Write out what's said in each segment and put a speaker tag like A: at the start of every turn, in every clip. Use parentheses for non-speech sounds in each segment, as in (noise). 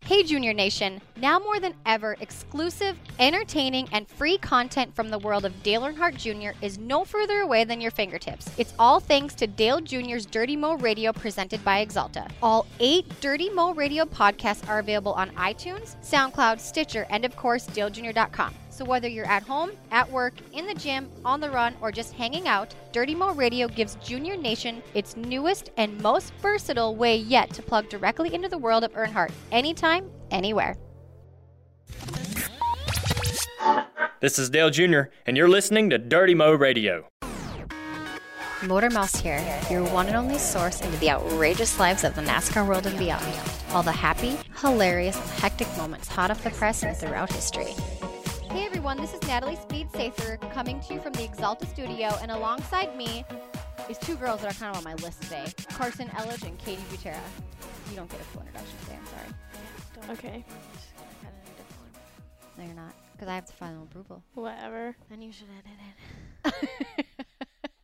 A: Hey, Junior Nation, now more than ever, exclusive, entertaining, and free content from the world of Dale Earnhardt Jr. is no further away than your fingertips. It's all thanks to Dale Jr.'s Dirty Mo Radio presented by Exalta. All eight Dirty Mo Radio podcasts are available on iTunes, SoundCloud, Stitcher, and of course, DaleJr.com. So whether you're at home, at work, in the gym, on the run, or just hanging out, Dirty Mo Radio gives Junior Nation its newest and most versatile way yet to plug directly into the world of Earnhardt anytime, anywhere.
B: This is Dale Jr., and you're listening to Dirty Mo Radio.
A: Motor Mouse here, your one and only source into the outrageous lives of the NASCAR world and beyond. All the happy, hilarious, and hectic moments hot off the press and throughout history. Hey everyone, this is Natalie Speed Safer coming to you from the Exalta studio, and alongside me is two girls that are kind of on my list today Carson Elledge and Katie Butera. You don't get a full introduction today, I'm sorry.
C: Okay.
A: No, you're not, because I have the final approval.
C: Whatever.
A: Then you should edit (laughs)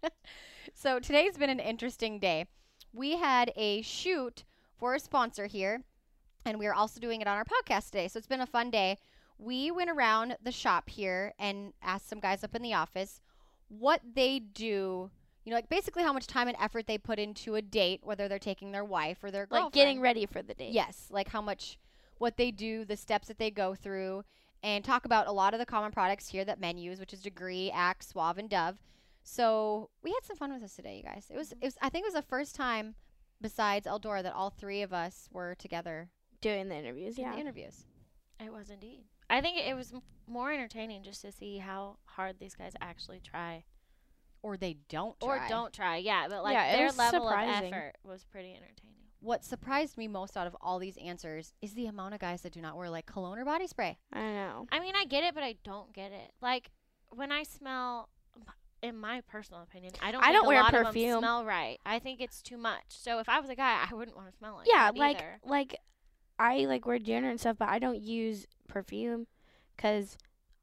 A: it. so today's been an interesting day. We had a shoot for a sponsor here, and we are also doing it on our podcast today. So it's been a fun day. We went around the shop here and asked some guys up in the office what they do. You know, like basically how much time and effort they put into a date, whether they're taking their wife or their girlfriend.
C: Like getting ready for the date.
A: Yes, like how much, what they do, the steps that they go through, and talk about a lot of the common products here that men use, which is Degree, Axe, Suave, and Dove. So we had some fun with this today, you guys. It was,
D: Mm-hmm.
A: it was I think it was the first time besides Eldora that all three of us were together
C: Doing the interviews.
A: in
C: Yeah.
A: the interviews.
D: It was indeed. I think it was m- more entertaining just to see how hard these guys actually try
A: Or they don't
D: or
A: try.
D: don't try. Yeah, but like
C: Yeah, it
D: their
C: was
D: level
C: surprising.
D: of effort was pretty entertaining.
A: What surprised me most out of all these answers is the amount of guys that do not wear like cologne or body spray.
C: I know.
D: I mean, I get it, but I don't get it. Like when I smell, in my personal opinion, I don't.
C: I
D: think
C: don't
D: a
C: wear
D: lot of 'em
C: perfume.
D: smell right. I think it's too much. So if I was a guy, I wouldn't want to smell like.
C: yeah,
D: that
C: like
D: either.
C: like I like wear deodorant and stuff, but I don't use perfume because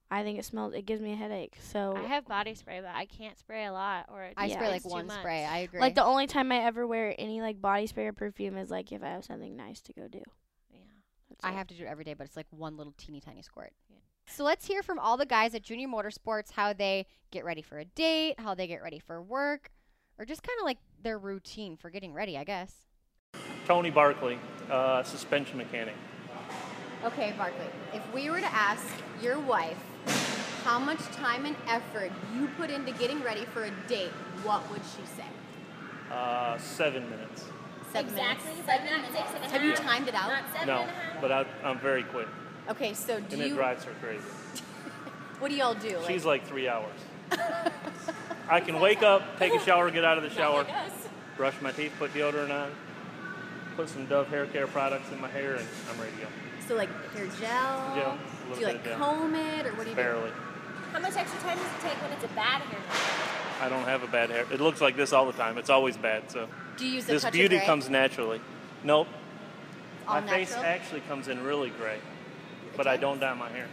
C: I think it smells. It gives me a headache. So
D: I have body spray, but I can't spray a lot. Or
A: I
C: Yeah.
A: spray like
D: it's too
A: one
D: much.
A: spray. I agree.
C: like the only time I ever wear any like body spray or perfume is like if I have something nice to go do.
D: Yeah.
C: That's
A: I
C: it.
A: have to do it every day, but it's like one little teeny tiny squirt.
D: Yeah.
A: So let's hear from all the guys at Junior Motorsports how they get ready for a date, how they get ready for work, or just kind of like their routine for getting ready, I guess.
E: Tony Barkley, uh, suspension mechanic.
A: Okay, Barkley, if we were to ask your wife how much time and effort you put into getting ready for a date, what would she say?
E: Uh, seven minutes.
F: exactly seven and six and a half.
A: Have you timed it out?
F: Not seven
E: no,
F: and a half.
E: but I, I'm very quick,
A: Okay, so do
E: and it drives her crazy.
A: what do y'all do?
E: She's like three hours. I can wake up, take a shower, get
A: (laughs)
E: out of the shower, brush my teeth, put deodorant on, put some Dove hair care products in my hair, and I'm ready to go.
A: (laughs) so like hair
E: Gel, a
A: gel?
E: little
A: do you
E: bit
A: like
E: of gel.
A: comb it or what do you
E: Barely.
F: How much extra time does it take when it's a bad hair?
E: I don't have a bad hair. It looks like this all the time. It's always bad. So
A: do? Do you use a
E: this
A: touch of
E: beauty
A: gray?
E: comes naturally. Nope.
A: All
E: my face
A: natural?
E: actually comes in really gray, but I
A: does?
E: don't dye my hair.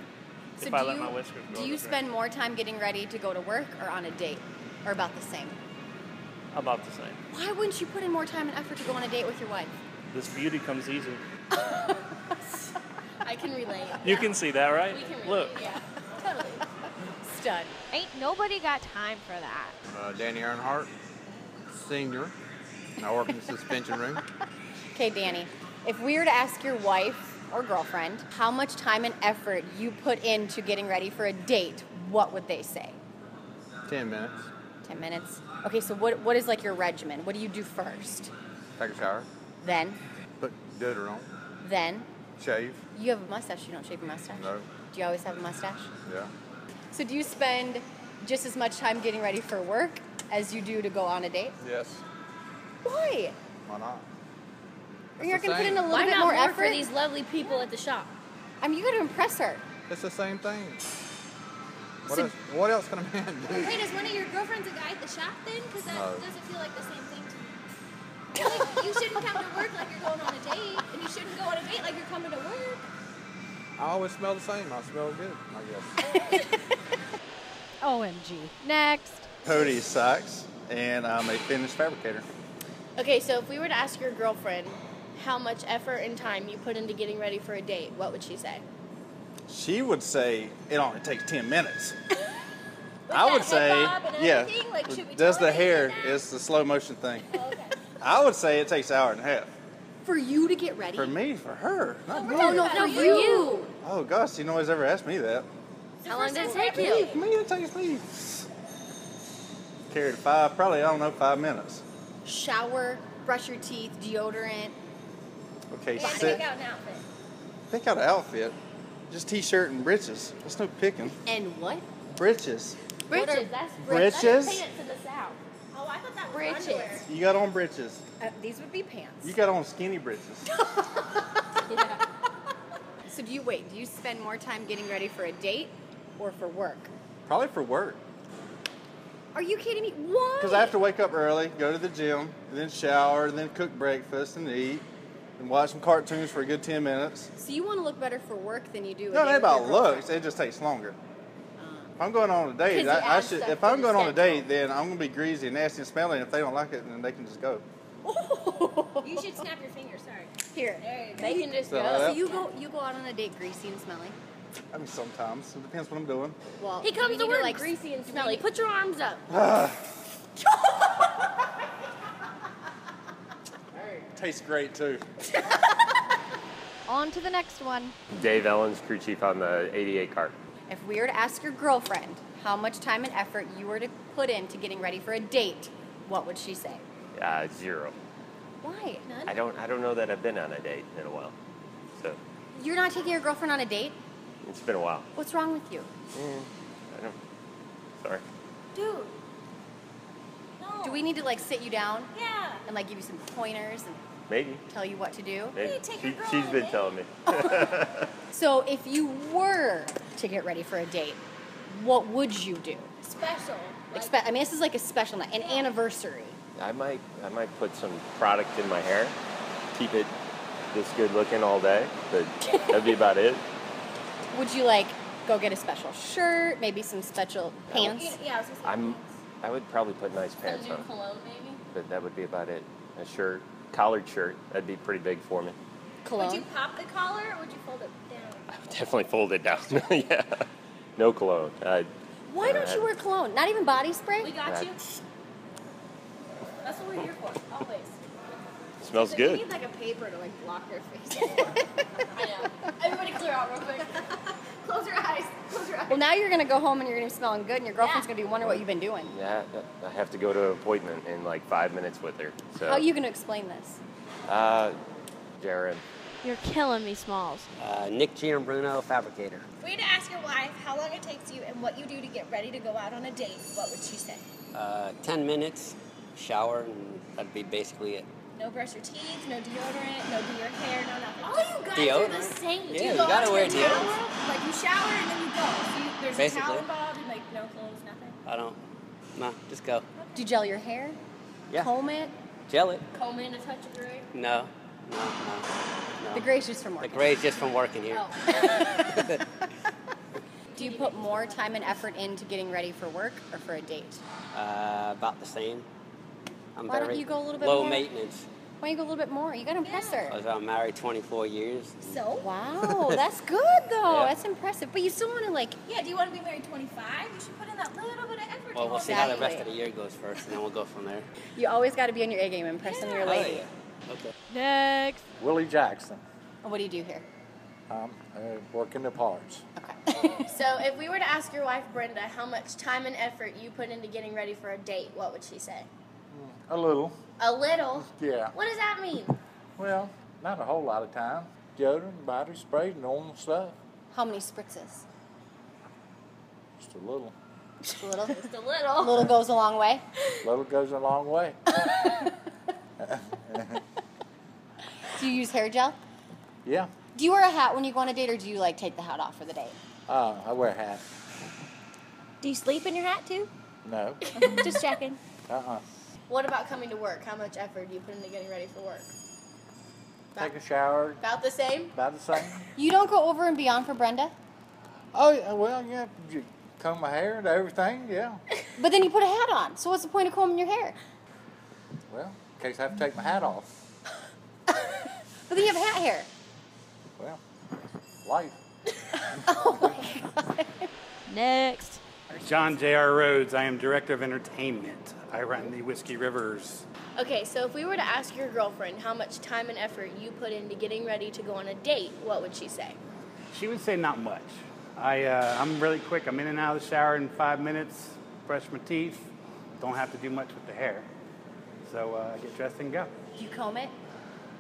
A: So
E: if
A: do
E: I let
A: you,
E: my whiskers grow,
A: do you
E: they're gray.
A: spend more time getting ready to go to work or on a date, or about the same?
E: about the same?
A: Why wouldn't you put in more time and effort to go on a date with your wife?
E: This beauty comes easy.
F: (laughs) I can relate.
E: You can see that, right?
F: We can relate.
E: Look,
D: (laughs)
F: Yeah, totally.
A: Stud.
D: Ain't nobody got time for that.
G: Uh, Danny Earnhardt, senior. and I work in the suspension room.
A: Okay, Danny, if we were to ask your wife or girlfriend how much time and effort you put into getting ready for a date, what would they say?
G: Ten minutes.
A: Ten minutes. Okay, so what what is like your regimen? What do you do first?
G: Take a shower.
A: Then,
G: Put deodorant.
A: then
G: Shave.
A: you have a mustache. You don't shave your mustache.
G: No.
A: Do you always have a mustache?
G: Yeah.
A: So do you spend just as much time getting ready for work as you do to go on a date?
G: Yes.
A: Why?
G: Why not? It's
A: You're
G: the
A: gonna put in
G: same.
A: a little
F: Why
A: bit
F: not
A: more
F: more,
A: effort.
F: for these lovely people at the
A: (laughs)
F: shop?
A: I mean, you gotta impress her.
G: It's the same thing. What,
A: So-
G: else, what else can a man do?
F: Hey, does one of your girlfriends a guy at the shop then? Because that
G: No.
F: doesn't feel like the same thing to me. Like, you shouldn't come to work like you're going on a date, and you shouldn't go on a date like you're coming to
C: (laughs)
F: work.
G: I always smell the same. I smell good, I guess.
A: OMG. Next.
H: Cody Sachs, and I'm a finished fabricator.
I: Okay, so if we were to ask your girlfriend
C: how much effort and time you put into getting ready for a date, what would she say?
H: She would say it only takes 10
C: (laughs)
H: minutes.
C: With
H: I would
C: that head
H: say,
C: bob and
H: yeah,
C: everything, like, should we
H: does
C: tell
H: the
C: her to do
H: hair,
C: that?
H: it's the slow motion thing.
C: Okay.
H: I would say it takes an hour and a half.
A: For you to get ready?
H: For me, for her, not me.
A: Oh, no, for you.
H: Oh gosh, you know nobody's ever asked me that.
C: How long does it
A: First
C: take
A: of all,
C: you?
H: Me, me, it takes me. Carried five, probably, I don't know, five minutes.
A: Shower, brush your teeth, deodorant.
H: Okay,
A: Yeah,
H: sit.
A: pick out an outfit.
H: Pick out an outfit. Just t-shirt and breeches. There's no picking.
A: And what?
H: Breeches.
C: Bridges.
H: Breeches?
C: Oh, I thought that was
A: Bridges.
C: underwear.
H: You got on breeches.
A: Uh, these would
C: (laughs)
A: be pants.
H: You got on skinny breeches.
A: So do you wait? Do you spend more time getting ready for a date or for work?
H: Probably for work.
A: Are you kidding me? What?
H: Because I have to wake up early, go to the gym, and then shower, and then cook breakfast and eat, and watch some cartoons for a good 10 minutes.
A: So you want to look better for work than you do? a
H: No, not
A: date with your
H: about looks.
A: girlfriend.
H: It just takes longer. If I'm going on a date,
C: 'Cause you
H: I, I
C: add
H: should.
C: stuff
H: If
C: to
H: I'm
C: the
H: going on a
C: schedule.
H: date, then I'm gonna be greasy and nasty and smelly. And if they don't like it, then they can just go.
A: (laughs)
C: You should snap your fingers. Sorry.
A: Here.
C: They can just
H: So,
C: go.
H: uh,
A: So you go you go out on a date greasy and smelly.
H: I mean, sometimes it depends what I'm doing.
A: Well,
C: He
A: do we
C: comes the
A: need
C: word
A: to, like,
C: greasy and smelly. Put your arms up.
H: Tastes great too.
J: On to the next one.
K: Dave Ellens, crew chief on the 88 cart.
A: If we were to ask your girlfriend how much time and effort you were to put into getting ready for a date, what would she say?
K: Uh, zero.
A: Why?
K: I don't. I don't know that I've been on a date in a while. So
A: You're not taking your girlfriend on a date?
K: it's been a while. Eh,
A: What's wrong with you?
K: I don't. Sorry.
C: Dude.
A: Do we need to like sit you down
C: Yeah.
A: and like give you some pointers and
K: Maybe.
A: tell you what to do?
K: Maybe.
C: take
K: She,
C: your girl
K: she's
C: on a
K: been
C: date.
K: telling me.
A: So if you were to get ready for a date, what would you do?
C: Special. Like,
A: Expe- I mean, this is like a special night, an anniversary.
K: I might. I might put some product in my hair. Keep it this good looking all day. But that'd be about
C: (laughs)
K: it.
A: Would you like go get a special shirt, maybe some special pants?
C: yeah, I was gonna say
K: I'm. I would probably put nice pants
C: new
K: on.
C: cologne, maybe.
K: But that would be about it. A shirt, collared shirt. That'd be pretty big for me.
C: Would you
A: Cologne?
C: pop the collar or would you fold it down?
K: Definitely fold it down. (laughs) yeah. No cologne. Uh,
A: Why don't you wear cologne? Not even body spray?
C: We got
K: Right.
C: you. That's what we're here for, always.
K: smells good.
A: like a paper to like block your face.
C: (laughs) I know. Everybody clear out real quick. (laughs) Close your eyes. Close your eyes.
A: well, now you're gonna go home and you're gonna be smelling good, and your girlfriend's
C: Yeah.
A: gonna be wondering what you've been doing.
K: Yeah, I have to go to an appointment in like five minutes with her. So,
A: How are you gonna explain this?
K: uh, Jared,
L: You're killing me, Smalls.
M: Uh, Nick Giambruno, fabricator.
C: If we had to ask your wife how long it takes you and what you do to get ready to go out on a date, what would she say?
M: Uh, 10 minutes, shower, and that'd be basically it.
C: No brush your teeth, no deodorant, no do your hair, no nothing.
A: All you guys
M: are the Deodorant.
A: same.
M: Yeah, you gotta wear deodorant.
C: Like you shower and then you go. So you, there's a
M: Basically.
C: towel involved and like no clothes, nothing.
M: I don't, nah, just go.
A: Do you gel your hair?
M: Yeah.
A: Comb it?
M: Gel it.
C: Comb in a touch of gray.
M: No, no, no.
A: The
M: no.
A: gray's just from Oh.
M: The
A: work.
M: gray's just from working here.
A: Do you put more time and effort into getting ready for work or for a date?
M: (laughs) Uh, about the same. I'm
A: Why don't
M: very
A: you go a little bit
M: low
A: more?
M: maintenance.
A: Why don't you go a little bit more? You gotta impress
M: I
A: her.
M: was uh, married 24 years.
C: So?
M: (laughs)
A: Wow, that's good though. That's impressive. But you still want to like
C: Yeah, do you want to be married 25? You should put in that little bit of
M: Well,
C: effort. You
M: we'll
C: want
M: see how the
A: Exactly.
M: rest of the year goes first, and then we'll go from there.
A: you always got to be on your A game, impressing your
M: Oh,
A: lady.
M: yeah. Okay.
L: Next.
G: Willie Jackson.
A: What do you do here?
G: I'm uh, working the parts.
C: (laughs) So, if we were to ask your wife Brenda how much time and effort you put into getting ready for a date, what would she say?
G: A little.
C: A little.
G: Yeah.
C: What does that mean?
G: Well, not a whole lot of time. Deodorant, body spray, normal stuff.
A: How many spritzes?
G: Just a little.
A: Just a little.
C: Just a
A: a
C: little.
A: little goes a long way.
G: Little goes a long way.
A: Do you use hair gel?
G: Yeah.
A: Do you wear a hat when you go on a date, or do you like take the hat off for the date?
G: Uh, I wear a hat.
C: Do you sleep in your hat too?
G: No.
C: Just checking.
G: Uh-uh.
C: (laughs) What about coming to work? How much effort do you put into getting ready for work?
G: Take a shower.
C: About the same?
G: About the same.
A: You don't go over and beyond for Brenda,
G: Oh, yeah, well, yeah. You comb my hair and everything, yeah.
A: but then you put a hat on. So what's the point of combing your hair?
G: Well, in case I have to take my hat off.
A: But then you have hat
C: (laughs)
A: hair.
G: Well, life.
C: Oh
D: Next.
N: John J.R. Rhodes. I am director of entertainment. I run the Whiskey Rivers.
C: Okay, so if we were to ask your girlfriend how much time and effort you put into getting ready to go on a date, what would she say?
N: She would say not much. I, uh, I'm really quick. I'm in and out of the shower in five minutes, brush my teeth, don't have to do much with the hair. So uh, I get dressed and go.
A: Do you comb it?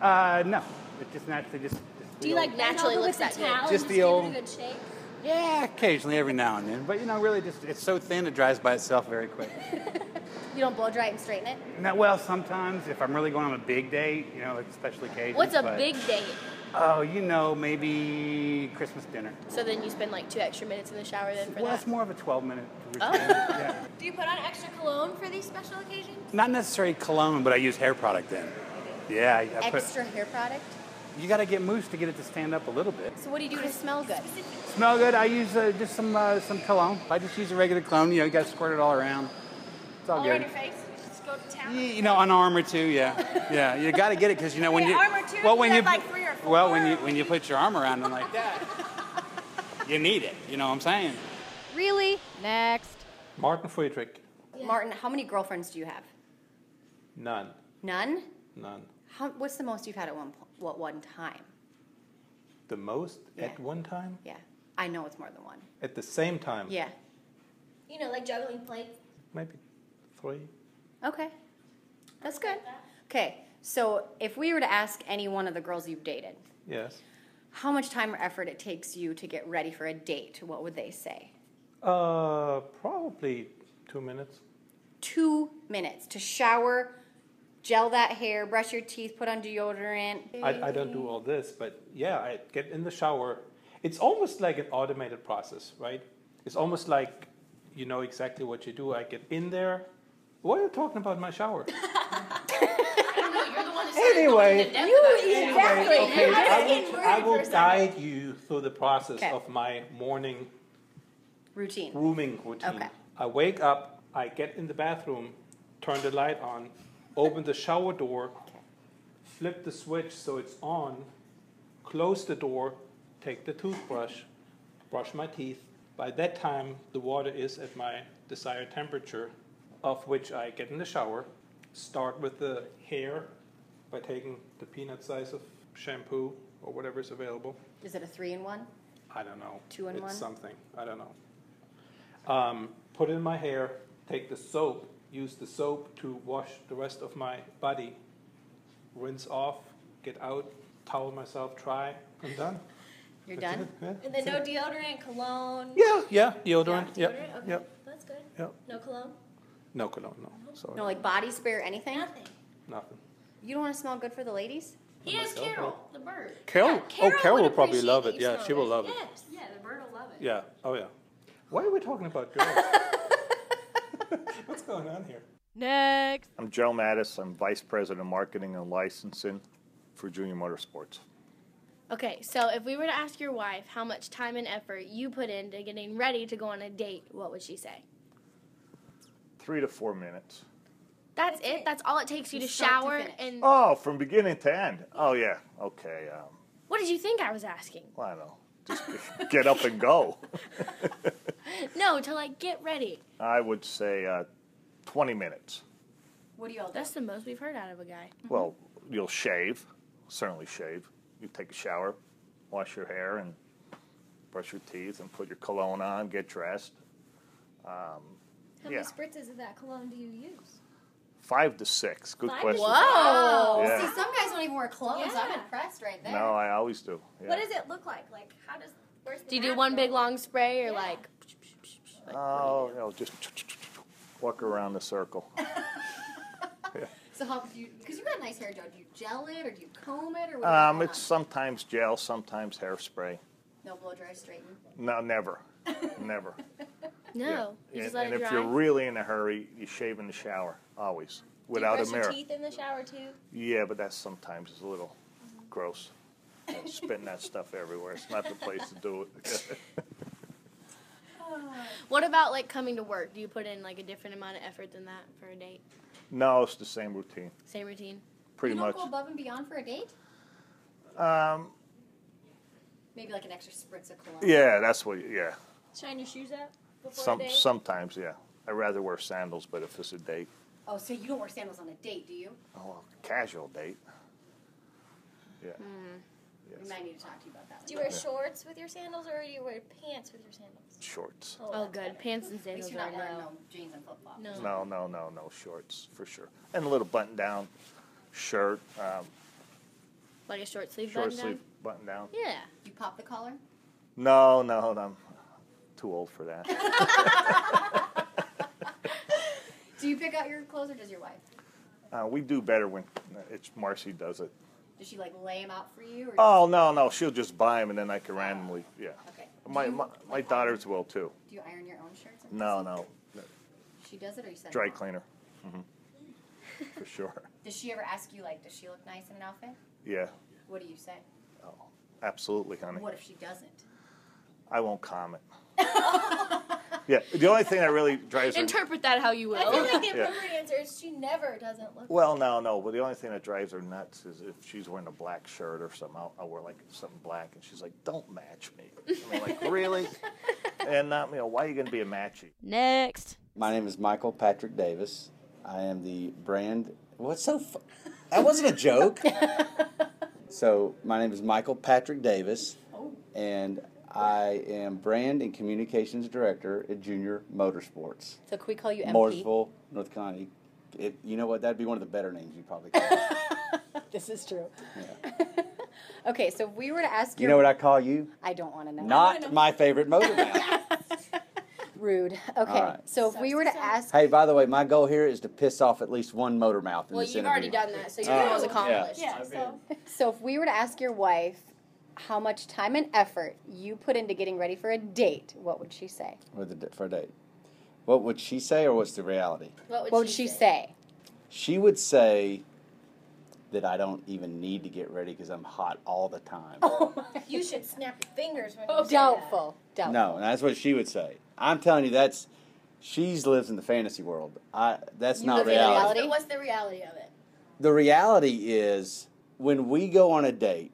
N: Uh, no, it just naturally just. just
A: Do you like naturally
C: over
A: looks
C: with
A: that
C: the
A: good?
C: towel
N: Just and the just old-
A: Give
N: give
A: it
N: it
A: a good shake.
N: Yeah, occasionally, every now and then. But you know, really, just it's so thin it dries by itself very
C: (laughs)
N: quick.
A: You don't blow dry it and straighten it.
N: Now, well, sometimes if I'm really going on a big date, you know, like special occasions.
C: What's a
N: but-
C: big date?
N: Oh, you know, maybe Christmas dinner.
C: So then you spend like two extra minutes in the shower then for Oh.
N: Well,
C: that.
N: it's more of a 12 minute
A: Oh.
N: routine.
C: (laughs)
N: yeah.
A: Do you put on extra cologne for these special occasions?
N: Not necessarily cologne, but I use hair product then. Yeah, I, I put.
A: Extra hair product.
N: You got to get mousse to get it to stand up a little bit.
A: So what do you do to smell good?
N: Smell good. I use uh, just some uh, some cologne. I just use a regular cologne. You know, you got to squirt it all around. It's all,
A: All
N: good.
A: around your face. Just go to town.
N: Y- You know, an arm or two, yeah, yeah. You got to get it because you know when
A: Yeah,
N: you
A: arm or two,
N: well
A: you
N: when
A: got
N: you
A: like three or
N: well when you when you put your arm around them like
C: (laughs)
N: that, you need it. You know what I'm saying?
J: Really? Next.
O: Martin Friedrich.
A: Martin, how many girlfriends do you have?
O: None.
A: None.
O: None.
A: How, what's the most you've had at one po- what one time?
O: The most at one time?
A: Yeah, I know it's more than one.
O: At the same time?
A: Yeah.
C: You know, like juggling plates.
O: Maybe three.
A: Okay. That's good. Okay. So if we were to ask any one of the girls you've dated,
O: Yes.
A: how much time or effort it takes you to get ready for a date, what would they say?
O: Uh, probably two minutes.
A: Two minutes to shower, gel that hair, brush your teeth, put on deodorant.
O: I, I don't do all this, but yeah, I get in the shower. It's almost like an automated process, right? It's almost like you know exactly what you do. I get in there. Why are you talking about my shower? (laughs) anyway,
A: exactly.
O: okay,
A: You're
O: I
A: asking
O: will, I
A: rude
O: will
A: for something.
O: guide you through the process
A: Okay.
O: of my morning
A: Routine.
O: grooming routine.
A: Okay.
O: I wake up, I get in the bathroom, turn the light on, open the shower door, flip the switch so it's on, close the door, take the toothbrush, brush my teeth. By that time, the water is at my desired temperature, of which I get in the shower. Start with the hair by taking the peanut size of shampoo or whatever is available.
A: Is it a three in one?
O: I don't know.
A: Two in
O: it's
A: one?
O: something. I don't know. Um, put in my hair, take the soap, use the soap to wash the rest of my body, rinse off, get out, towel myself, try. I'm done.
A: You're
O: That's
A: done?
O: it,
C: And then
O: yeah.
C: no deodorant, cologne.
O: Yeah, yeah, deodorant.
C: Deodorant?
O: Yeah,
C: Okay.
O: yeah.
C: That's good.
O: Yep.
C: No cologne?
O: No cologne, no. Sorry.
A: No, like body spare, anything? Nothing.
O: Nothing.
A: You don't want to smell good for the ladies?
C: He has
O: myself,
C: Carol,
O: no.
C: the bird.
O: Carol? oh, Carol will probably love
C: that
O: it.
C: you
O: Yeah,
C: smell
O: she will
C: good.
O: love it.
C: Yes. Yeah, the bird will love it.
O: Yeah, oh yeah. Why are we talking about (laughs) girls? What's going on here?
J: Next.
P: I'm Joe Mattis. I'm Vice President of Marketing and Licensing for Junior Motorsports.
C: Okay, so if we were to ask your wife how much time and effort you put into getting ready to go on a date, what would she say?
P: Three to four minutes.
C: That's it? That's all it takes you to shower and
P: Oh, from beginning to end. Oh, yeah. Okay. Um,
C: what did you think I was asking?
P: well, I don't know. Just (laughs) get up and go.
C: (laughs) No, to like get ready.
P: I would say uh, 20 minutes.
A: What do y'all
C: That's the most we've heard out of a guy.
P: Well, you'll shave, certainly shave. You take a shower, wash your hair, and brush your teeth, and put your cologne on, get dressed. Um, yeah,
A: How many spritzes of that cologne do you use?
P: five to six. Good question.
A: Whoa!
P: Yeah.
A: See, some guys don't even wear clothes. I'm impressed right there.
P: No, I always do. Yeah.
A: What does it look like? Like, how does? Where's the
C: Do you do one big long spray or like
P: Oh, you know, just walk around the
C: (laughs)
P: circle.
A: So how do you? Because you got nice hair, Joe. Do you gel it or do you comb it or? What do
P: Um,
A: you
P: it's sometimes gel, sometimes hairspray.
A: no blow dry straighten.
P: No, never,
C: (laughs)
P: never.
C: No. You
P: And,
C: just let
P: and
C: it
P: if
C: dry.
P: you're really in a hurry, you shave in the shower always without
C: brush
P: a mirror.
C: Your teeth in the shower too.
P: Yeah, but that's sometimes is a little
C: Mm-hmm.
P: gross. You know, spitting that stuff everywhere. It's not the place to do it. (laughs)
C: What about like coming to work? Do you put in like a different amount of effort than that for a date?
P: no, it's the same routine,
C: Same routine.
P: pretty much.
A: above and beyond for a date.
P: Um,
A: Maybe like an extra spritz of cologne.
P: yeah, that's what. Yeah,
A: Shine your shoes out before
P: some
A: a date.
P: sometimes. Yeah, I rather wear sandals, but if it's a date,
A: Oh, so you don't wear sandals on a date, do you?
P: oh, a casual date. Yeah.
A: Hmm. We might need to talk to you about that.
D: Do you wear
P: Yeah.
D: shorts with your sandals or do you wear pants with your sandals?
P: Shorts.
C: Oh, good. Pants and
A: At least
C: sandals
A: you're not
C: are
A: wearing
C: no.
A: no jeans and flip flops.
P: No, no, no, no shorts for sure, and a little button down shirt, um,
C: Like a short sleeve
P: short
C: button down?
P: sleeve button down.
C: Yeah.
A: You pop the collar?
P: No, no, I'm too old for
A: (laughs)
P: that.
A: Do you pick out your clothes or does your wife?
P: Uh, we do better when uh, it's Marcy does it.
A: Does she like lay them out for you? Or Ah,
P: Oh no, no, she'll just buy them and then I can randomly, yeah.
A: Okay.
P: My
A: Do you-
P: my, my daughters will too.
A: Do you iron your own shirts? or-
P: No, no,
A: She does it or you send
P: dry
A: them off?
P: cleaner, hmm
A: (laughs)
P: for sure.
A: Does she ever ask you like, does she look nice in an outfit?
P: Yeah,
A: What do you say?
P: absolutely, honey.
A: What if she doesn't?
P: I won't comment. yeah, the only thing that really drives her.
C: Interpret that how you will.
D: I feel like the
P: (laughs) Yeah.
D: appropriate answer is she never doesn't look.
P: Well, no, no, but the only thing that drives her nuts is if she's wearing a black shirt or something. I'll, I'll wear like something black, and she's like, "Don't match me." I mean, like really? and not you know, why are you going to be a matchy?
L: Next.
Q: My name is Michael Patrick Davis. I am the brand. What's so? Fu- that wasn't a
A: (laughs)
Q: joke. so my name is Michael Patrick Davis, and I am brand and communications director at Junior Motorsports,
A: So can we call you
Q: Mooresville, North County. It, you know what? That'd be one of the better names you probably.
A: (laughs)
Q: Call.
A: (laughs) this is true. (laughs) okay, so if we were to ask
Q: you know what I call you?
A: I don't want to know. (laughs)
Q: Not my favorite motor. man.
A: rude. Okay,
Q: All right.
A: so if we were to ask,
Q: hey, by the way, my goal here is to piss off at least one motor mouth in
A: Well,
Q: this
A: you've
Q: interview. Uh,
A: already done that, so your goal is
Q: yeah.
A: accomplished. Yeah, so- so if we were to ask your wife how much time and effort you put into getting ready for a date, what would she say?
Q: With the, for a date. What would she say, or what's the reality?
A: What would, she, say?
Q: She would say that I don't even need to get ready because I'm hot all the time.
D: you should snap your fingers when you say that.
A: Doubtful. Doubtful.
Q: no, and that's what she would say. I'm telling you, that's she's lives in the fantasy world. I that's not reality.
C: But what's the reality of it?
Q: The reality is when we go on a date,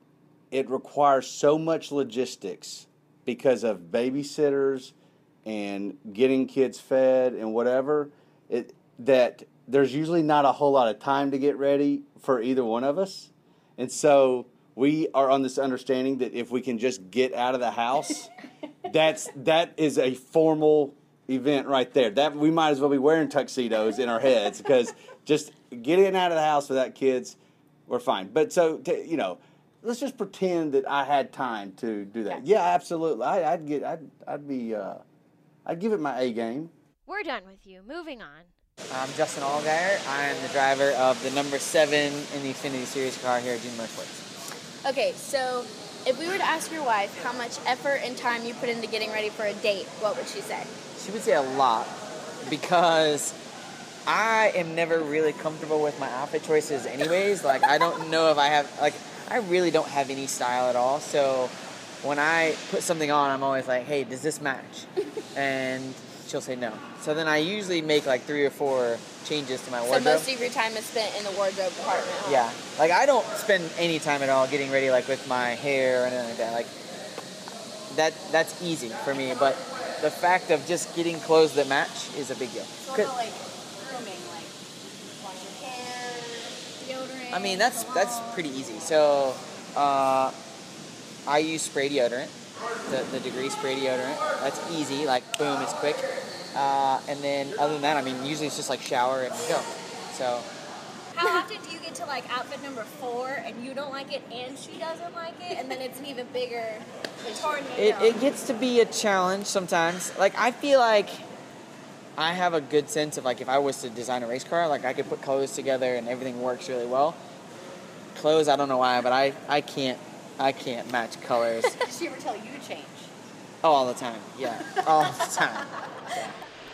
Q: it requires so much logistics because of babysitters and getting kids fed and whatever. It that there's usually not a whole lot of time to get ready for either one of us. And so we are on this understanding that if we can just get out of the house, that's that is a formal event right there. That we might as well be wearing tuxedos in our heads because just getting out of the house without kids, we're fine. But so to, you know, let's just pretend that I had time to do that. Yeah, absolutely. I, I'd get. I'd. I'd be. Uh, I'd give it my A game.
D: We're done with you. Moving on.
R: I'm Justin Allgaier. I am the driver of the number seven in the Infinity Series car here at Junior Motorsports.
C: Okay, so if we were to ask your wife how much effort and time you put into getting ready for a date, what would she say?
R: She would say a lot because I am never really comfortable with my outfit choices, anyways. Like, I don't know if I have, like, I really don't have any style at all. So when I put something on, I'm always like, hey, does this
C: (laughs)
R: match? And she'll say no. So then I usually make like three or four changes to my
C: So
R: wardrobe.
C: most of your time is spent in the wardrobe department. huh?
R: Yeah, like I don't spend any time at all getting ready, like with my hair or anything like that. Like that, that's easy for me. But the fact of just getting clothes that match is a big deal.
A: So what about like grooming, like wash your hair, deodorant.
R: I mean,
A: (laughs)
R: that's that's pretty easy. So uh, I use spray deodorant, the, the degree spray deodorant. That's easy. Like boom, it's quick. Uh, and then other than that, I mean, usually it's just like shower and go. So
A: How often do you get to like outfit number four and you don't like it and she doesn't like it and then it's an even bigger tornado?
R: It, it gets to be a challenge sometimes. Like I feel like I have a good sense of like if I was to design a race car, like I could put clothes together and everything works really well. Clothes, I don't know why, but I I can't I can't
S: (laughs)
R: match colors
A: Does she ever tell you to change?
R: oh, all the time. Yeah, all the
A: (laughs)
R: time.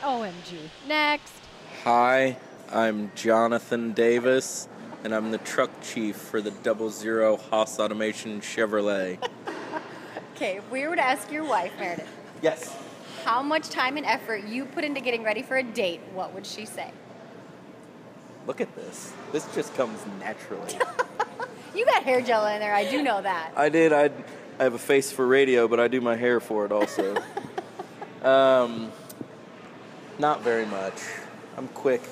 J: OMG. Next.
T: Hi, I'm Jonathan Davis, and I'm the truck chief for the Double Zero Haas Automation Chevrolet.
J: Okay, if we were to ask your wife, Meredith,
T: Yes.
J: how much time and effort you put into getting ready for a date, what would she say?
T: Look at this. This just comes naturally.
A: You got hair gel in there. I do know that.
T: (laughs) I did. I, I have a face for radio, but I do my hair for it also. um, not very much. I'm quick.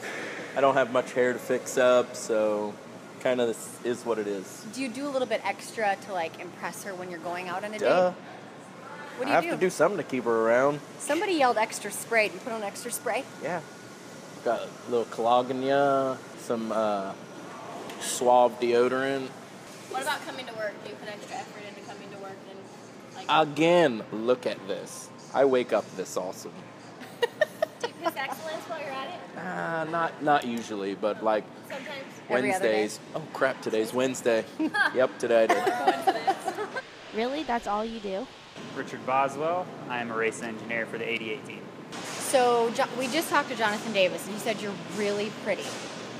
T: I don't have much hair to fix up, so kind of this is what it is.
A: Do you do a little bit extra to like impress her when you're going out on a
T: Duh.
A: date? What do
T: I
A: you
T: have
A: do?
T: to do something to keep her around.
A: Somebody yelled extra spray. Do you put on extra spray?
T: Yeah. Got a little Kalaganya, some uh, Suave deodorant.
C: What about coming to work? Do you put extra effort into coming to work and like
T: Again, look at this. I wake up this awesome.
C: do you piss
D: (laughs)
C: excellence while you're at it?
T: Uh, not not usually, but like
C: Sometimes.
D: Every other day.
T: Wednesdays. Oh crap! Today's
D: (laughs)
T: Wednesday. yep, today I did.
L: Really? That's all you do?
U: Richard Boswell. I am a race engineer for the 88 team.
A: So jo- we just talked to Jonathan Davis, and he said you're really pretty.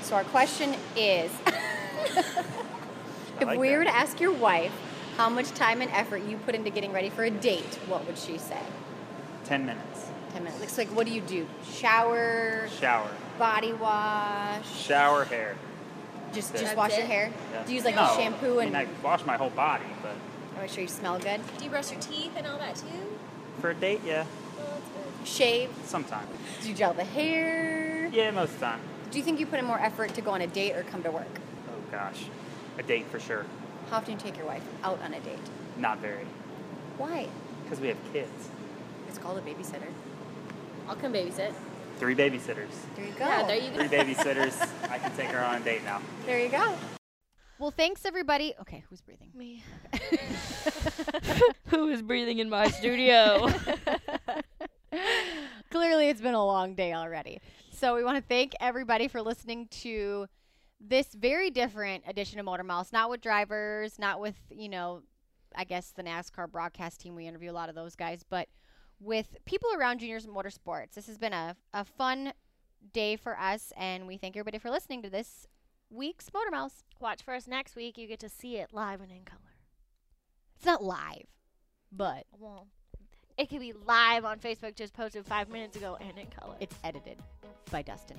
A: So our question is, (laughs) if
U: like
A: we
U: that.
A: were to ask your wife how much time and effort you put into getting ready for a date, what would she say?
U: 10 minutes.
A: Ten minutes. Looks like what do you do? Shower,
U: Shower.
A: body wash,
U: Shower hair.
A: just
U: That's
A: just wash your
U: it?
A: hair.
U: Yeah.
A: Do you use like
U: No,
A: a shampoo and
U: I mean, I wash my whole body, but
A: make sure you smell good?
C: Do you brush your teeth and all that too?
U: for a date, yeah,
A: Shave?
U: sometime.
A: Do you gel the hair?
U: Yeah, most of the time.
A: Do you think you put in more effort to go on a date or come to work?
U: Oh gosh, a date for sure.
A: How often do you take your wife out on a date?
U: Not very,
A: Why?
U: because we have kids.
A: It's called a babysitter.
C: I'll come babysit.
U: Three babysitters.
A: There you go.
C: Yeah, there you
U: Three babysitters. I can take her on a date now.
A: There you go.
J: Well, thanks everybody. Okay, who's breathing?
D: Me.
J: (laughs)
L: Who is breathing in my
D: (laughs)
L: studio?
J: Clearly, it's been a long day already. So, we want to thank everybody for listening to this very different edition of Motor Mouse. Not with drivers, not with, you know, I guess the NASCAR broadcast team. We interview a lot of those guys, but with people around juniors in motorsports. This has been a, a fun day for us, and we thank everybody for listening to this week's Motor Mouse.
D: Watch for us next week. You get to see it live and in color.
J: It's not live, but
D: Well, it could be live on Facebook, just posted five minutes ago and in color. (laughs)
J: it's edited by Dustin.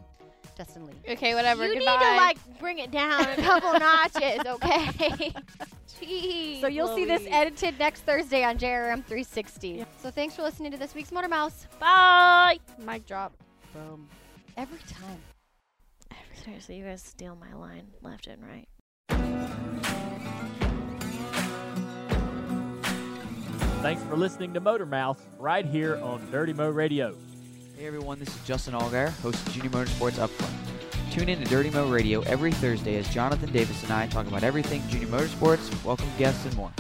J: Dustin Lee.
L: Okay, whatever.
D: You need to
L: goodbye.
D: like bring it down a couple
L: (laughs)
D: notches, okay? Jeez.
J: So you'll see this
D: Louise.
J: edited next Thursday on JRM 360. So thanks for listening to this week's Motor Mouse.
D: Bye.
L: Mic drop.
J: Boom. Every time.
D: Seriously, you guys steal my line left and right.
B: Thanks for listening to Motor Mouth right here on Dirty Mo Radio.
S: Hey everyone, this is Justin Allgaier, host of Junior Motorsports Upfront. Tune in to Dirty Mo Radio every Thursday as Jonathan Davis and I talk about everything junior motorsports, welcome guests, and more.